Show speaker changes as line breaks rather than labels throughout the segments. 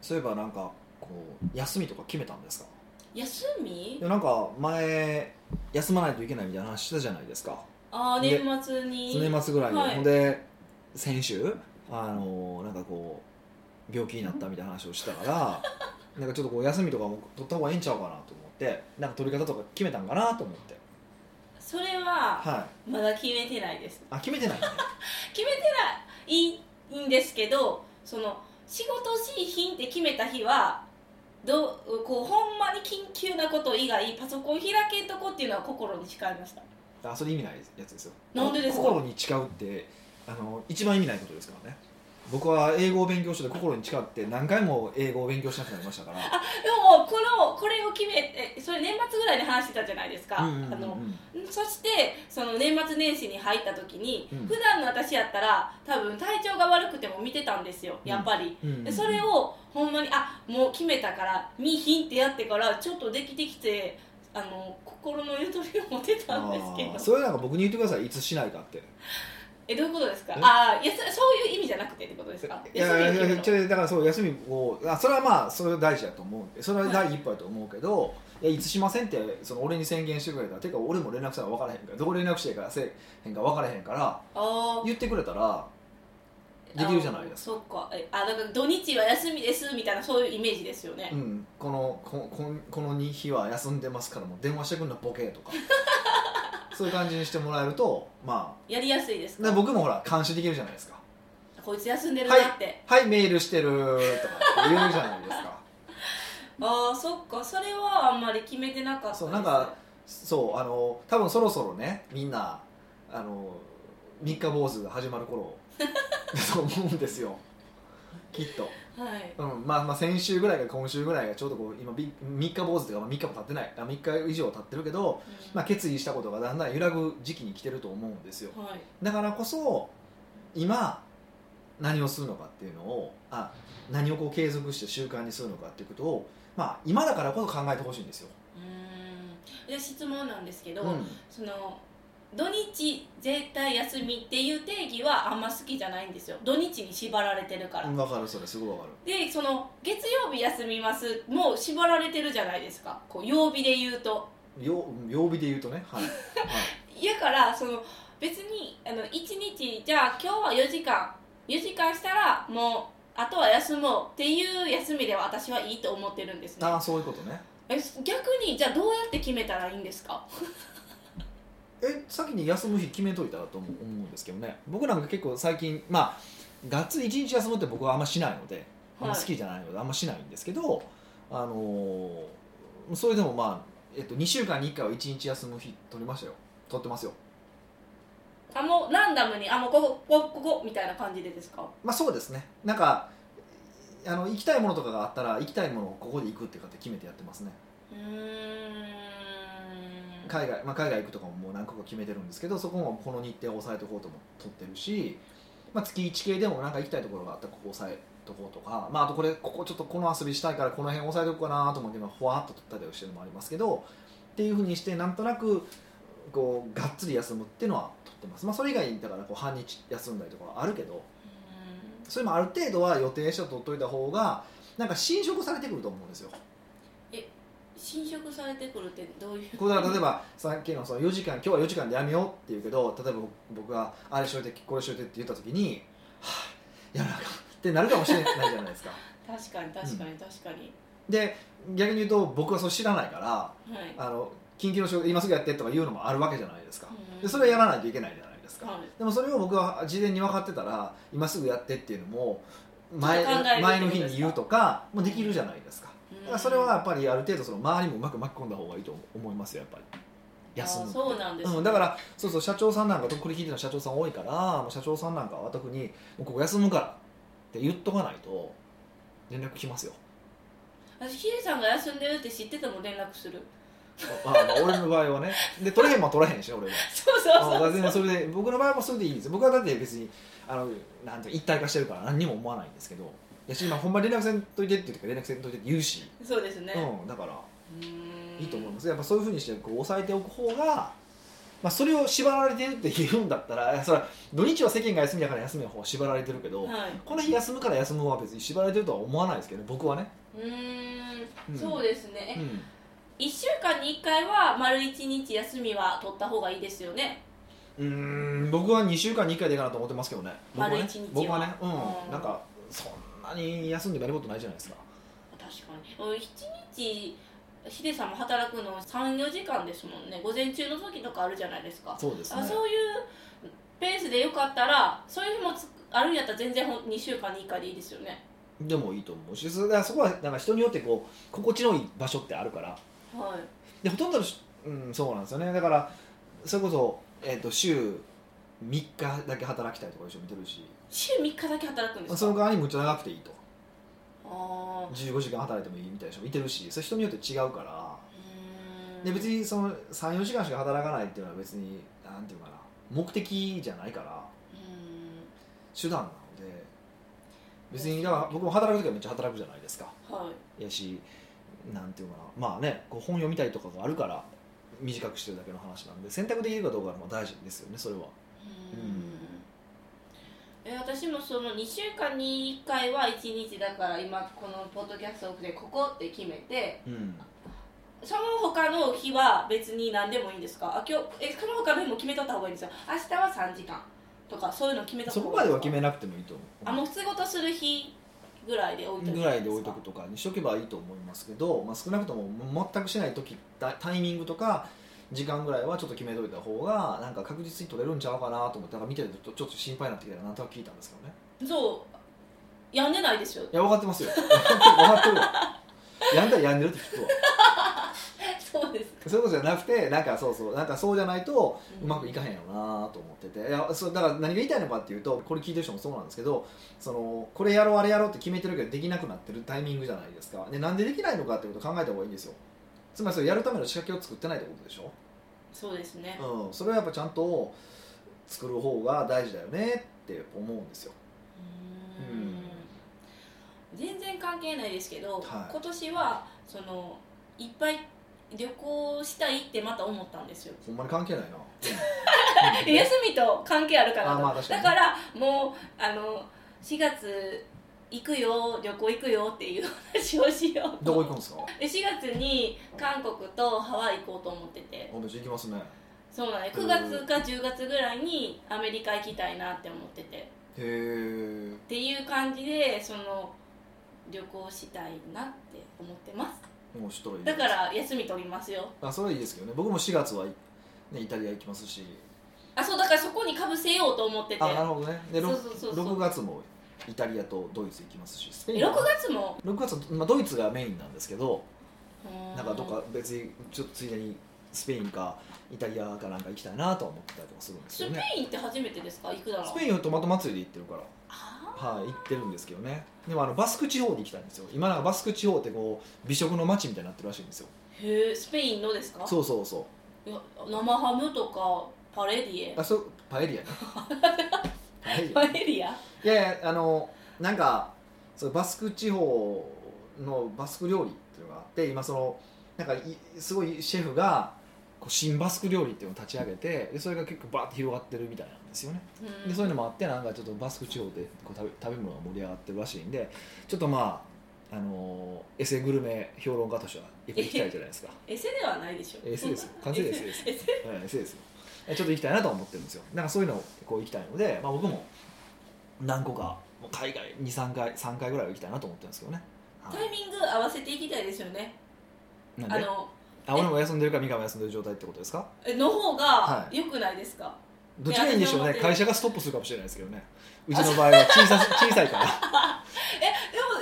そういえばなんかこう休みとか決めたんですか
休み
でなんか前休まないといけないみたいな話したじゃないですか
ああ
で
年末に
年末ぐらいに、
はい
ほんで先週あのーなんかこう病気になったみたいな話をしたから なんかちょっとこう休みとかも取った方がいいんちゃうかなと思ってなんか取り方とか決めたんかなと思って
それは
はい
まだ決めてないです
あ決めてないね
決めてないいいんですけどその仕事しい日って決めた日はどうこうほんまに緊急なこと以外パソコン開けんとこっていうのは心に誓いました
あそれ意味ないやつですよ
なんでですか
心に誓うってあの一番意味ないことですからね僕は英語を勉強して心に誓って何回も英語を勉強しなくなりましたから
でもこのこれを決めてそれ年末ぐらいに話してたじゃないですか、
うんうんうんうん
あのそしてその年末年始に入った時に、
うん
普段の私やったら多分体調が悪くても見てたんですよやっぱり、
うんうんうん
でそれをほんまにあもう決めたから見ひんってやってからちょっとできてきてあの心のゆとりを持てたんですけ
あー
ど
それなんか僕に言ってくださいいつしないかって
えどういうことですかああいやそそういう意味じゃなくてってことですか
いやいやいや
休みの日の
違うだからそう休みをあそれはまあそれは大事だと思うそれは第一歩だと思うけど、い、やいつしませんってその俺に宣言してくれたらてか俺も連絡したら分からへんからどこ連絡していいからせえへんか分からへんから
あー
言ってくれたらできるじゃないですか、
あーそっかえあだから土日は休みですみたいなそういうイメージですよね、
うん、このここんこの2日は休んでますからもう電話してくんなボケとかそういう感じにしてもらえるとま
やりやすいです
あで
か
僕もほら監視できるじゃないですか
こいつ休んでるなって、
はいメールしてるとかって言うじゃないですか
ああそっかそれはあんまり決めてなかったです
そうなんかそうあの多分そろそろねみんなあの三日坊主が始まる頃だと思うんですよきっと、
はい
うんまあ、まあ先週ぐらいが今週ぐらいがちょうどこう今び三日坊主というか、まあ、3日も経ってないあ3日以上経ってるけど、まあ、決意したことがだんだん揺らぐ時期に来てると思うんですよ
はい
だからこそ今何をするのかっていうのをあ何をこう継続して習慣にするのかっていうことを、まあ、今だからこそ考えてほしいんですよ、
うーんで質問なんですけど、
うん
その土日絶対休みっていう定義はあんま好きじゃないんですよ土日に縛られてるから、
うんわかるそれすごいわかる
でその月曜日休みますもう縛られてるじゃないですかこう曜日で言うと
曜曜日で言うとねはい、はい
やからその別にあの1日じゃあ今日は4時間4時間したらもうあとは休もうっていう休みでは私はいいと思ってるんですね
ああそういうことね
え逆にじゃあどうやって決めたらいいんですか
え先に休む日決めといたらと思うんですけどね僕なんか結構最近まあがっつり一日休むって僕はあんましないのであんま好きじゃないのであんましないんですけど、あのーそれでもまあ、えっと、2週間に1回は一日休む日取りましたよ取ってますよ
あもうランダムにあもうここここここみたいな感じでですか
まあそうですねなんかあの行きたいものとかがあったら行きたいものをここで行くってかって決めてやってますね
うーん
海外、まあ、海外行くとかももう何個か決めてるんですけどそこもこの日程を抑えておこうとも取ってるし、まあ、月1系でもなんか行きたいところがあったらここ抑えとこうとか、まあ、あとこれここちょっとこの遊びしたいからこの辺抑えとこうかなと思って今ふわっと取ったりはしてるのもありますけどっていうふうにしてなんとなくこうがっつり休むっていうのは取ってます、まあ、それ以外にだからこう半日休んだりとかはあるけど
う
それもある程度は予定して取っといた方がなんか侵食されてくると思うんですよ
ーん侵食されてくるってどういう
これは例えばさっきのその4時間今日は4時間でやめようって言うけど例えば僕があれしといてこれしといてって言った時にはぁやらなあかんってなるかもしれないじゃないですか
確かに確かに確かに、
で逆に言うと僕はそう知らないから
はい、
あの緊急の仕事今すぐやってとか言うのもあるわけじゃないですか
うん
でそれをやらないといけないじゃないですか、
はい
でもそれを僕は事前に分かってたら今すぐやってっていうのも前
考えるってことですか
前の日に言うとかもできるじゃないですかだからそれはやっぱりある程度その周りもうまく巻き込んだ方がいいと思いますよやっぱり休む
あ
っ
ー
て
そうなんです、
うん、だからそうそう社長さんなんかとこれ聞いてる社長さん多いからもう社長さんなんかは特に「もうここ休むから」って言っとかないと連絡来ますよ
私ヒデさんが休んでるって知ってても連絡する
あ、まあまあ、俺の場合はねで取れへんもん取れへんしね俺 は
そうそう
あ
そう
だから全然それで僕の場合もそれでいいんです僕はだって別にあのなんていう一体化してるから何にも思わないんですけどいやし今ほんま連絡せんといてって言うから連絡せんといてって言うし、
そうですね
うん、だから
うーん
いいと思いますやっぱそういうふうにしてこう抑えておく方がまあ、それを縛られてるって言うんだったらいやそれは土日は世間が休みだから休みの方は縛られてるけど、
はい
この日休むから休むは別に縛られてるとは思わないですけどね僕はね、
うーん
うん
そうですね、
うん
一1週間に1回は丸1日休みは取った方がいいですよね
うーん僕は2週間に1回でいいかなと思ってますけどね僕はね
丸一日は
僕はね、
う
うんん、なんかそんなに休んでやることないじゃないですか
確かに俺7日ヒデさんも働くの34時間ですもんね午前中の時とかあるじゃないですか
そうですね
あそういうペースでよかったらそういう日もつあるんやったら全然2週間に1回でいいですよね
でもいいと思うしそだからそこはなんか人によってこう心地のいい場所ってあるから
はい
でほとんどのし、うん、そうなんですよねだからそれこそ、えー、と週3日だけ働きたいとか一緒見てるし
週3日だけ働くんですか
その代わりむっちゃ長くていいと
ああ
15時間働いてもいいみたいな人もいてるしそれ人によって違うから
うーん
で別にその34時間しか働かないっていうのは別になんていうかな目的じゃないから
うー
手段なので別にだから僕も働く時はめっちゃ働くじゃないですか
んはい
やしなんていうのかなまあねこう本読みたいとかがあるから短くしてるだけの話なんで選択できるかどうかはまあ大事ですよねそれは、
いうんえ私もその2週間に1回は1日だから今このポッドキャストオフでここって決めて
うん、
その他の日は別に何でもいいんですかあ今日えその他の日も決めとった方がいいんですよ明日は3時間とかそういうの決めとっ
そ
た方
こ
が
ま
いい
では
んです
決
か
めなくてもいいと思う
あもう普通ごとする日ぐらいで置いとく
ぐらいで置いとくとかにしとけばいいと思いますけど、まあ、少なくとも全くしない時タタイミングとか時間ぐらいはちょっと決めといた方がなんか確実に取れるんちゃうかなと思ってなんか見てるとちょっと心配になってきたらなんとなく聞いたんですけどね
そうやんでないですよ
いや分かってますよ 分かってるわやんだらやんでるって聞くわ
そうです
そういうことじゃなくてなんかそうそうなんかそうじゃないとうまくい
く
かへんよなと思ってていやそうだから何が言いたいのかっていうとこれ聞いてる人もそうなんですけどそのこれやろうあれやろうって決めてるけどできなくなってるタイミングじゃないですかでなんでできないのかってことを考えた方がいいんですよつまりそれやるための仕掛けを作ってないってことでしょ、
そうですね
うん、それはやっぱちゃんと作る方が大事だよねって思うんですよ
うーん全然関係ないですけ
は
ど、
い
今年はそのいっぱい旅行したいってまた思ったんですよ
ほんまに関係ないな、うん
休みと関係あるかな
あ
と、
まあ確か
だ
に
からもうあの4月行くよ旅行行くよっていう話をしよう
ど
と
こ行くんですか
で4月に韓国とハワイ行こうと思ってて
おめっちゃ行きますね
そうなんです
う
9
ん
月か10月ぐらいにアメリカ行きたいなって思ってて
へえ
っていう感じでその旅行したいなって思ってます
もうしたらいい
だから休み取りますよ
あそれはいいですけどね僕も4月はいね、イタリア行きますし
あそうだからそこにかぶせようと思ってて
あなるほどねで
そう
ろ
そうそうそう
6月もイタリアとドイツ行きますしスペイ
え
ン
6月も
6月は、まあ、ドイツがメインなんですけどなんかどっ
う
か別にちょっとついでにスペインかイタリアかなんか行きたいなとは思ってたりとかするんです
ス
けど
ペ
ね
インって初めてですか行くなら
スペインはトマト祭りで行ってるから
あ
はい、行ってるんですけどねでもあのバスク地方に行きたいんですよ今なんかバスク地方ってこう美食の街みたいになってるらしいんですよ
ーへえスペインのですか
そうそうそう
いや生ハムとかパレディエ
あそうパエリア ねパエリア
パエリア
いやいやあのなんかそのバスク地方のバスク料理っていうのがあって今そのなんかいすごいシェフがこう新バスク料理っていうのを立ち上げてでそれが結構バーって広がってるみたいなんですよねでそういうのもあってなんかちょっとバスク地方でこう食べ食べ物が盛り上がってるらしいんでちょっとまああのエセグルメ評論家としては行きたいじゃないですか
エセではないでしょ
エセですよ完全にエセです
エセ
はい、そうですよえちょっと行きたいなとは思ってるんですよなんかそういうのをこう行きたいので、まあ、僕も何個かもう海外23回3回ぐらいは行きたいなと思ってるんですけどね、は
タイ
い、
ミング合わせていきたいですよね
なんで
あの
あ俺も休んでるか三上も休んでる状態ってことですか
えの方が
はい
良くないですか、
どっちがいいんでしょう
いや
ね
私も
会社がストップするかもしれないですけどねうちの場合は小さ小さいから
でも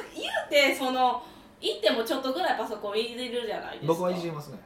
言うてその行ってもちょっとぐらいパソコンいじるじゃないですか
僕はいじりますね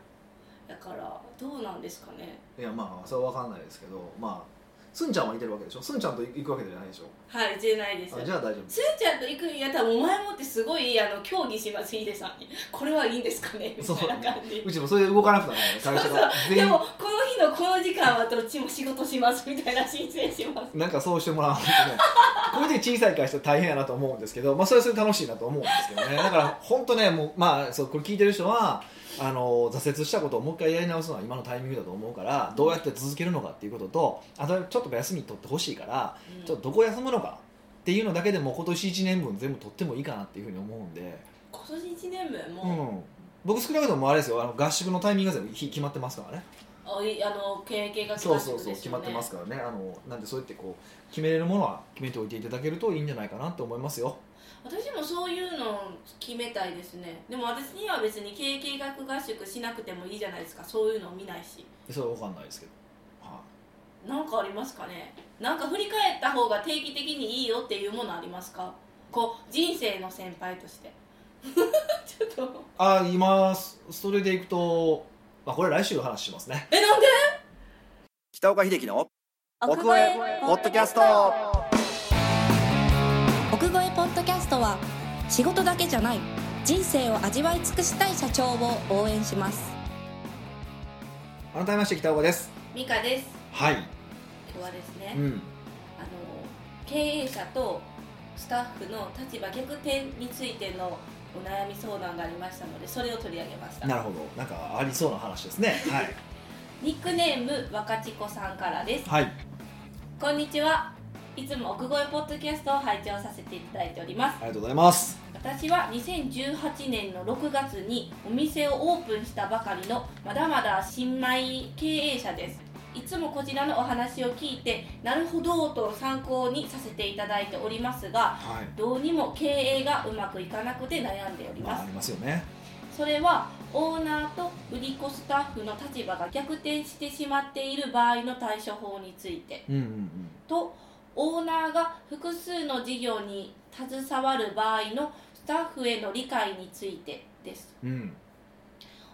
だからどうなんですかね
いやまあそれは分かんないですけどまあすんちゃんはいてるわけでしょすんちゃんと行くわけじゃないでしょ
はいじゃないですよ
あじゃあ大丈
すーちゃんと行くんやったらお前もってすごいあの協議しますヒデさんにこれはいいんですかねみ
夫そう
たいな感じ
うちもそれで動かなくなる会社が全
で
員
もこの日のこの時間はどっちも仕事しますみたいな申請します
なんかそうしてもらわないとね こういう時小さい会社大変やなと思うんですけど、まあ、それはそれで楽しいなと思うんですけどねだから本当ねもうまあそうこれ聞いてる人はあの挫折したことをもう一回やり直すのは今のタイミングだと思うからどうやって続けるのかっていうこととあとちょっと休み取ってほしいからちょっとどこ休むのかっていうのだけでも今年1年分全部取ってもいいかなっていうふうに思うんで、
今年1年分
う
も、
ん、僕少なくともあれですよあの合宿のタイミングが全部日決まってますからね
あいあの経営が
そうそうそう決まってますからねあのなんでそうやってこう決めれるものは決めておいていただけるといいんじゃないかなと思いますよ
私もそういうのを決めたいですねでも私には別に経営学合宿しなくてもいいじゃないですかそういうのを見ないし
それは分かんないですけど、は
なんかありますかねなんか振り返った方が定期的にいいよっていうものありますかこう人生の先輩として ちょっと
い、ああ今そそれでいくと、まあ、これ来週話しますね
えなんで
北岡秀樹の奥越えポッドキャスト
奥越えポッドキャストは仕事だけじゃない人生を味わい尽くしたい社長を応援します
改めまして北岡です
ミカです
はい、
今日はですね、
うん、
あの経営者とスタッフの立場逆転についてのお悩み相談がありましたのでそれを取り上げました
なるほどなんかありそうな話ですねはい、
ニックネーム若ちこさんからです
はい、
こんにちはいつも奥越えポッドキャストを拝聴させていただいております
ありがとうございます
私は2018年の6月にお店をオープンしたばかりのまだまだ新米経営者ですいつもこちらのお話を聞いてなるほどと参考にさせていただいておりますが
はい
どうにも経営がうまくいかなくて悩んでおり
ま
ま
あ
す
ありますよね
それはオーナーと売り子スタッフの立場が逆転してしまっている場合の対処法について
うんうんうん
とオーナーが複数の事業に携わる場合のスタッフへの理解についてです
うん、うん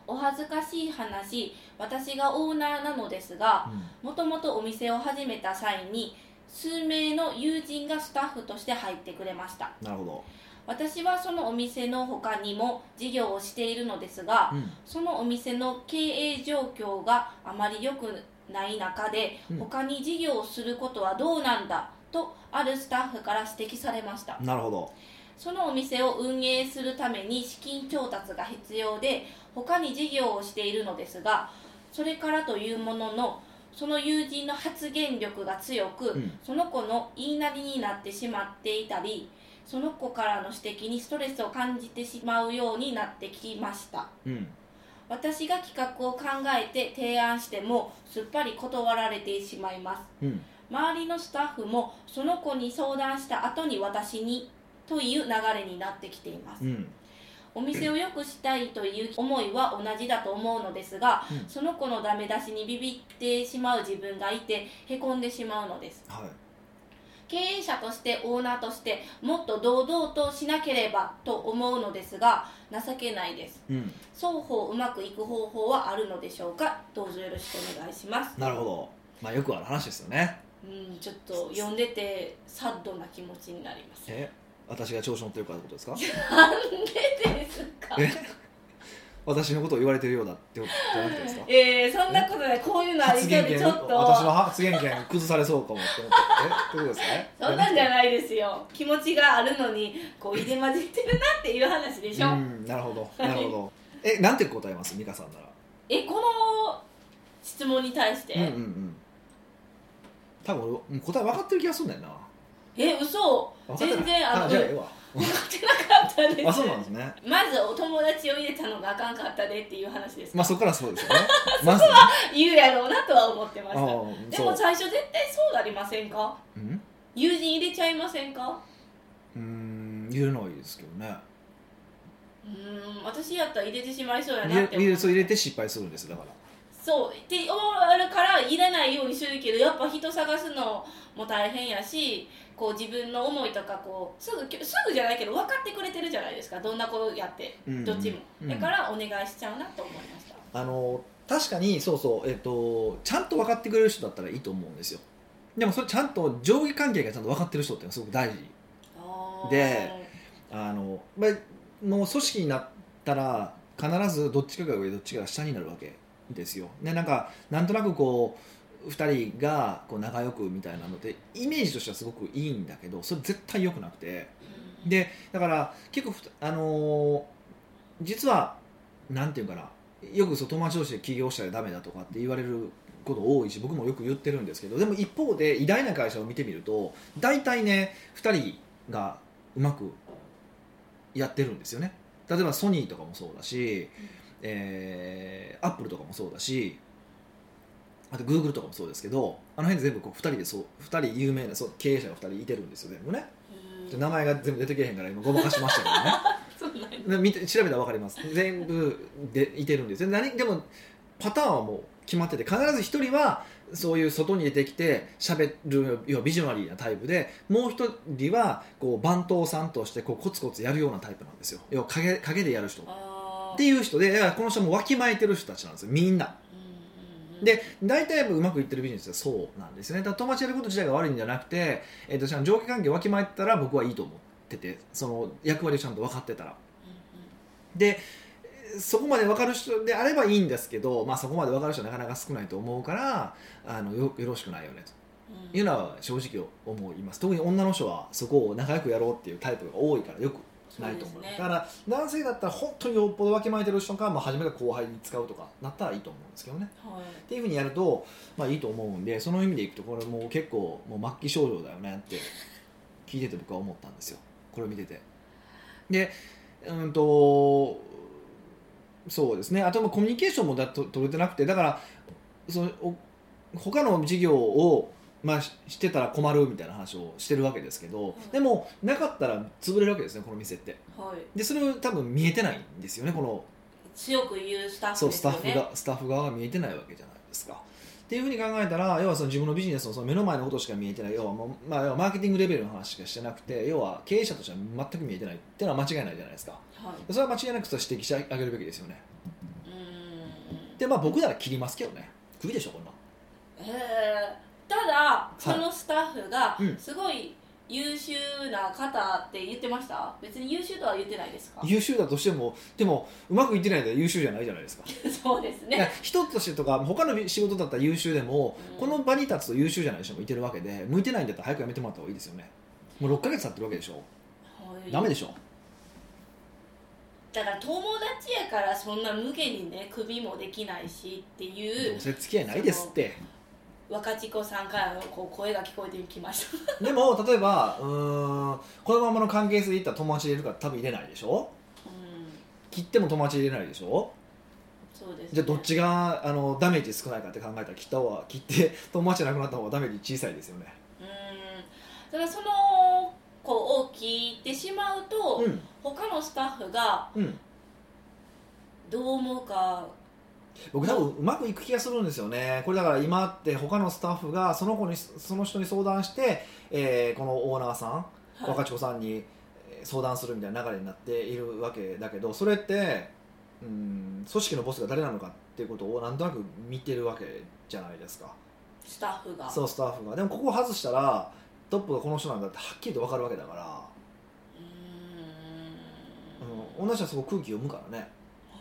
お恥ずかしい話私がオーナーなのですがもともとお店を始めた際に数名の友人がスタッフとして入ってくれました
なるほど、
私はそのお店の他にも事業をしているのですが
うん
そのお店の経営状況があまり良くない中で、
うん
他に事業をすることはどうなんだとあるスタッフから指摘されました
なるほど
そのお店を運営するために資金調達が必要で他に事業をしているのですがそれからというもののその友人の発言力が強く、
うん
その子の言いなりになってしまっていたりその子からの指摘にストレスを感じてしまうようになってきました
うん
私が企画を考えて提案してもすっぱり断られてしまいま
う
す
ん
周りのスタッフもその子に相談した後に私にという流れになってきています
うん
お店を良くしたいという思いは同じだと思うのですが、
うん
その子のダメ出しにビビってしまう自分がいてへこんでしまうのです
はい
経営者としてオーナーとしてもっと堂々としなければと思うのですが情けないです
うん、
双方うまくいく方法はあるのでしょうかどうぞよろしくお願いします
なるほど、まあ、よくある話ですよね
うんちょっと読んでてサッドな気持ちになります
え私が調子乗ってるからってことですか
なんでですか
え私のことを言われてるようだってことじゃなくてですか
えー、そんなことでこういうのあり
発
そう
言
で
権
ちょっと
私の発言権崩されそうかもって思ってえってことですかね
そんなんじゃ
な
ないですよ気持ちがあるのにこう入れ混じってるなっていう話でしょ、
うんなるほどなるほどえなんて答えます美香さんなら
えこの質問に対して、
うんうんうん多分俺うん答え分かってる気がするんだよな
え嘘
分かってない
全然あの
あ
うん
じゃあえ
分
え
か
わ
ってなかったです
あそうなんですね
まずお友達を入れたのがあかんかったでっていう話ですか、
まあそこからそうですよ ねまずね
言うやろうなとは思ってま
あ
した
ー
で
そ
も
う
最初絶対そうなりませんか
うん
友人入れちゃいませんか
うーん言えないですけどね
うーん私やったら入れてしまいそうやな
入
って
れ
思
入
う
れそう入れて失敗するんですよだから
そうって思うから入れないようにするけどやっぱ人探すのも大変やしこう自分の思いとかこうすぐすぐじゃないけど分かってくれてるじゃないですかどんなことやって
うん
どっちも、
うん
だからお願いしちゃうなと思いました
あの確かにそうそう、えっと、ちゃんと分かってくれる人だったらいいと思うんですよでもそれちゃんと上下関係がちゃんと分かってる人っていうのはすごく大事
あー
であの、まあ、もう組織になったら必ずどっちかが上どっちかが下になるわけですよでなんかなんとなくこう2人がこう仲良くみたいなのってイメージとしてはすごくいいんだけどそれ絶対良くなくて
うん
でだから結構ふたあのー実はなんていうかなよくそう友達同士で起業したらダメだとかって言われること多いし僕もよく言ってるんですけどでも一方で偉大な会社を見てみると大体ね2人がうまくやってるんですよね例えばソニーとかもそうだし、えーアップルとかもそうだしあとグーグルとかもそうですけどあの辺全部こう2人でそう2人有名なそう経営者が2人いてるんですよ全部ね
うん
で名前が全部出てけえへんから今ごまかしましたけどね
そうなんや
な見て調べたら分かります全部でいてるんですよ何でもパターンはもう決まってて必ず一人はそういう外に出てきて喋る要はビジョナリーなタイプでもう一人はこう番頭さんとしてこうコツコツやるようなタイプなんですよ要は影影でやる人っ
あー
ていう人でだからこの人もわきまえてる人たちなんですよみんな
うんうんうん
で大体やっぱうまくいってるビジネスはそうなんですよねだから友達やること自体が悪いんじゃなくて、えっとじゃあ上下関係わきまえてたら僕はいいと思っててその役割をちゃんと分かってたらでえーそこまで分かる人であればいいんですけど、まあ、そこまで分かる人はなかなか少ないと思うからあのよよろしくないよね
うんうん
というのは正直思います特に女の人はそこを仲良くやろうっていうタイプが多いからよくないと思う
そうですね
だから男性だったら本当によっぽどわきまえてる人か、まあ、初めから後輩に使うとかなったらいいと思うんですけどね
はい
っていうふうにやると、まあ、いいと思うんでその意味でいくとこれもう結構もう末期症状だよねって聞いてて僕は思ったんですよこれを見ててでうんとそうですねあともうコミュニケーションもだと取れてなくてだからそのお他の事業を、まあ、ししてたら困るみたいな話をしてるわけですけどでもなかったら潰れるわけですねこの店って
はい
でそれを多分見えてないんですよねこの
強く言うスタッフ
そう
で
ス
す
タ
よ
ッフ
ね
がスタッフ側が見えてないわけじゃないですか。っていうふうに考えたら要はその自分のビジネスのその目の前のことしか見えてない要は,、まあ、要はマーケティングレベルの話しかしてなくて要は経営者としては全く見えてないっていうのは間違いないじゃないですか
はい
それは間違いなくそれは指摘してあげるべきですよね
うーん
でまあ僕なら切りますけどねクビでしょこんな
えーただ
い
そのスタッフが
うん
すごい優秀な方って言ってました別に優秀とは言ってないですか
優秀だとしてもでもうまくいってないで優秀じゃないじゃないですか
そうです
いや
ね
人としてとか他の仕事だったら優秀でも、
うん
この場に立つと優秀じゃない人もいてるわけで向いてないんだったら早くやめてもらった方がいいですよねもう6ヶ月経ってるわけでしょ、
はい
ダメでしょ
だから友達やからそんな無限にね首もできないしってい
どう
う
せ付き合いないですって
若智子さんからのこう声が聞こえてきました
でも例えばうーんこのままの関係性でいったら友達入れるから多分入れないでしょ
うん
切っても友達入れないでしょ
そうです、ね、
じゃあどっちがあのダメージ少ないかって考えたら切った方が切って友達じゃなくなった方がダメージ小さいですよね
うんだからその子を聞いてしまうと、
うん
他のスタッフが
うん
どう思うか
僕多分うまくいく気がするんですよねこれだから今って他のスタッフがその子にその人に相談して、えーこのオーナーさん
はい
若智子さんにえー相談するみたいな流れになっているわけだけどそれってうん組織のボスが誰なのかっていうことをなんとなく見てるわけじゃないですか
スタッフが
そのスタッフがでもここを外したらトップがこの人なんだってはっきりと分かるわけだから、
う
うん、同じ人はそこ空気読むからね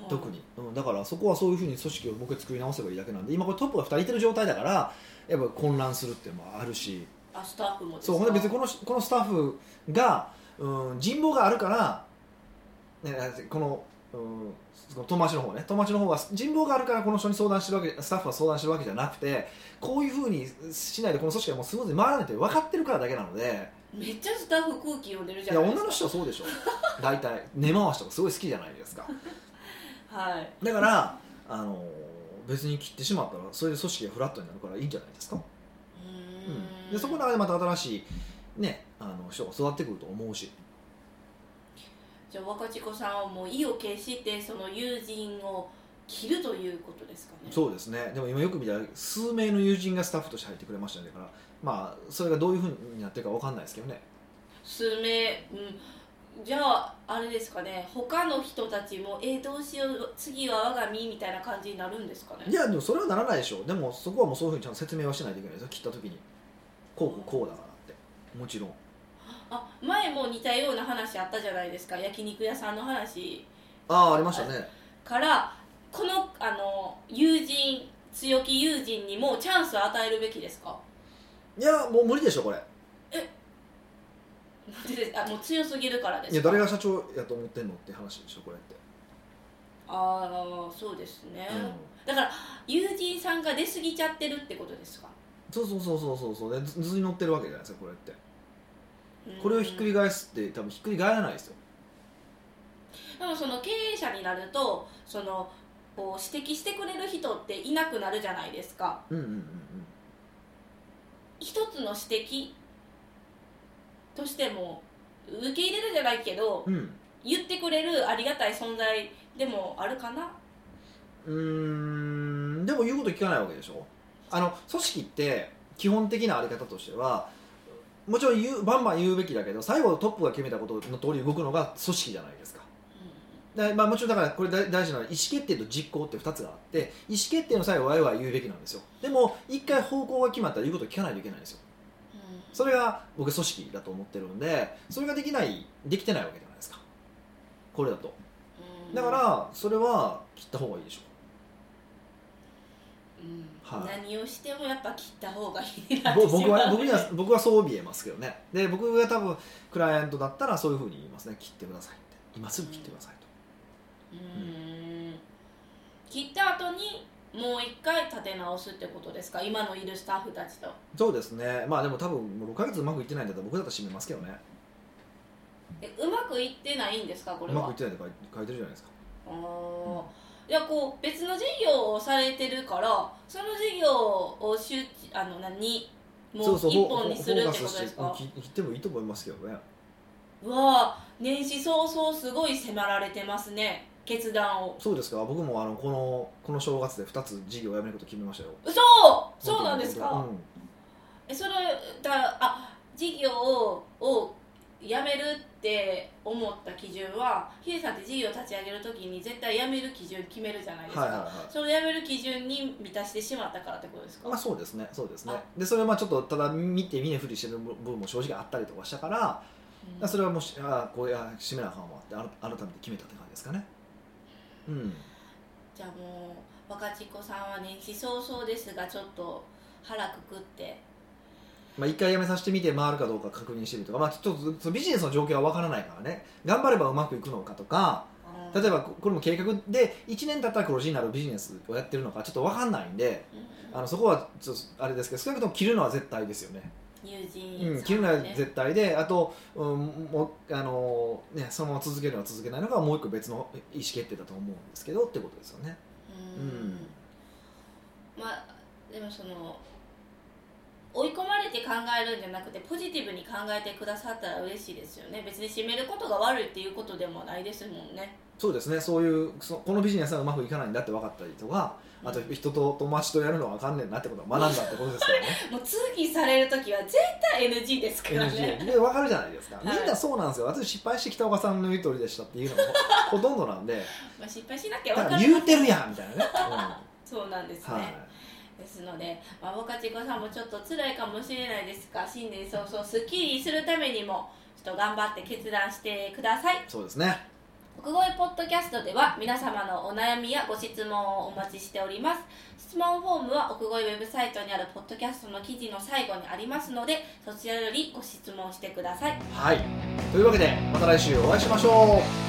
ーん
特に、うん、だからそこはそういうふうに組織をもう一回作り直せばいいだけなんで今これトップが2人いてる状態だからやっぱ混乱するっていうのもあるし
あスタッフもですか
そうほんで別にこのこのスタッフが、うん、人望があるから、ね、この、うん、その友達の方ね友達の方は人望があるからこの人に相談してるわけスタッフは相談してるわけじゃなくてこういうふうにしないでこの組織はもうスムーズに回らないって分かってるからだけなので
めっちゃスタッフ空気読んでるじ
い
ゃ
や
ない
女の人はそうでしょ大体根回しとかすごい好きじゃないですか
はい
だから、あの別に切ってしまったらそれで組織がフラットになるからいいんじゃないですか、
う
うん
ーん
でそこの中でまた新しい、ね、あの人が育ってくると思うし
じゃあ若智子さんはもう意を決してその友人を切るということですかね
そうですねでも今よく見たら数名の友人がスタッフとして入ってくれましたねだからまあそれがどういうふうになってるかわかんないですけどね
数名うんじゃああれですかね他の人たちもえー、どうしよう次は我が身みたいな感じになるんですかね
いやでもそれはならないでしょでもそこはもうそういうふうにちゃんと説明はしないといけないですよ切った時にこうこうこうだからってもちろん
あ前も似たような話あったじゃないですか焼肉屋さんの話
ああありましたね
からこのあの友人強気友人にもチャンスを与えるべきですか
いやもう無理でしょこれい
であもう強すぎるからですか
や誰が社長やと思ってんのって話でしょこれって
ああそうですね、
うん
だから友人さんが出過ぎちゃってるってことですか、
そうそうそうそうそうそうで図図に乗ってるわけじゃないですかこれってこれをひっくり返すって多分ひっくり返らないですよ
でもその経営者になるとそのこう指摘してくれる人っていなくなるじゃないですか
うんうんうんうん
一つの指摘としても受け入れるじゃないけど
うん
言ってくれるありがたい存在でもあるかな
うーんでも言うこと聞かないわけでしょあの組織って基本的なあり方としてはもちろん言うバンバン言うべきだけど最後トップが決めたことの通り動くのが組織じゃないですかで、まあ、もちろんだからこれ大大事なのは意思決定と実行って2つがあって意思決定の際はワイワイ言うべきなんですよでも一回方向が決まったら言うこと聞かないといけないんですよそれが僕組織だと思ってるんでそれができないできてないわけじゃないですかこれだと
うん
だからそれは切った方がいい でしょ
うん
はい
何をしてもやっぱ切った方がいいなって
ぼ僕は
しまう
僕には僕はそう見えますけどねで僕が多分クライアントだったらそういうふうに言いますね切ってくださいって今すぐ切ってくださいと、
うん切った後にもう一回立て直すってことですか今のいるスタッフたちと
そうですねまあでも多分もう6ヶ月うまくいってないんだったら僕だったら閉めますけどね
えうまくいってないんですかこ
う
れ
ま
は
くいってないって書い書いてるじゃないですか
あーいやこう別の事業をされてるからその事業を集あの何もう
そうそう
一本にする
フォー
って
フォーカ
こ
ス
とです
してうん
か
切切ってもいいと思いますけどね
うわあ年始早々すごい迫られてますね決断を
そうですか僕もあのこのこの正月で2つ事業をやめること決めましたよ
嘘そうなんですか、
うん
えそれだあ事業ををやめるって思った基準はヒデさんって事業を立ち上げるときに絶対やめる基準決めるじゃないですか、
はいはいはい
それやめる基準に満たしてしまったからってことですか、
まあそうですねそうですね
あ
でそれはまあちょっとただ見て見ぬふりしてる部分も正直あったりとかしたから、
うん
それはもうしあこうや締めなあかんわってあら改めて決めたって感じですかねうん
じゃあもう若ちこさんは年始早々ですがちょっと腹くくって
まあ一回やめさせてみて回るかどうか確認してみるとか、まあ、ちょっとそのビジネスの状況は分からないからね頑張ればうまくいくのかとか例えばここれも計画で1年経ったら黒字になるビジネスをやってるのかちょっと分かんないんであのそこはちょっとあれですけど少なくとも切るのは絶対ですよね
友人
うん、切るのは絶対で、あと、うんもうあのね、そのまま続けるのは続けないのがもう一個別の意思決定だと思うんですけどってことですよね。
うんまあでもその追い込まれて考えるんじゃなくてポジティブに考えてくださったら嬉しいですよね別に締めることが悪いっていうことでもないですもんね
そうですねそういうそこのビジネスはうまくいかないんだって分かったりとかあと人と友達とやるのはあかんねんなってことは学んだってことです からね
もう通勤される時は絶対 NG ですからね
NG で分かるじゃないですか、
い
みんなそうなんですよ私失敗してきたおばさんの言う通りでしたっていうのもほ とんどなんで
まあ失敗しなきゃ
だ
分
か
からら
言
な
うてるやんみたいなね、
そうなんです
うん
ね、
はい、
ですので、まあ、若ちこさんもちょっと辛いかもしれないですが新年早々すっきりするためにもちょっと頑張って決断してください
そうですね
国語へポッドキャストでは皆様のお悩みやご質問をお待ちしております質問フォームは奥越ウェブサイトにあるポッドキャストの記事の最後にありますのでそちらよりご質問してください
はいというわけでまた来週お会いしましょう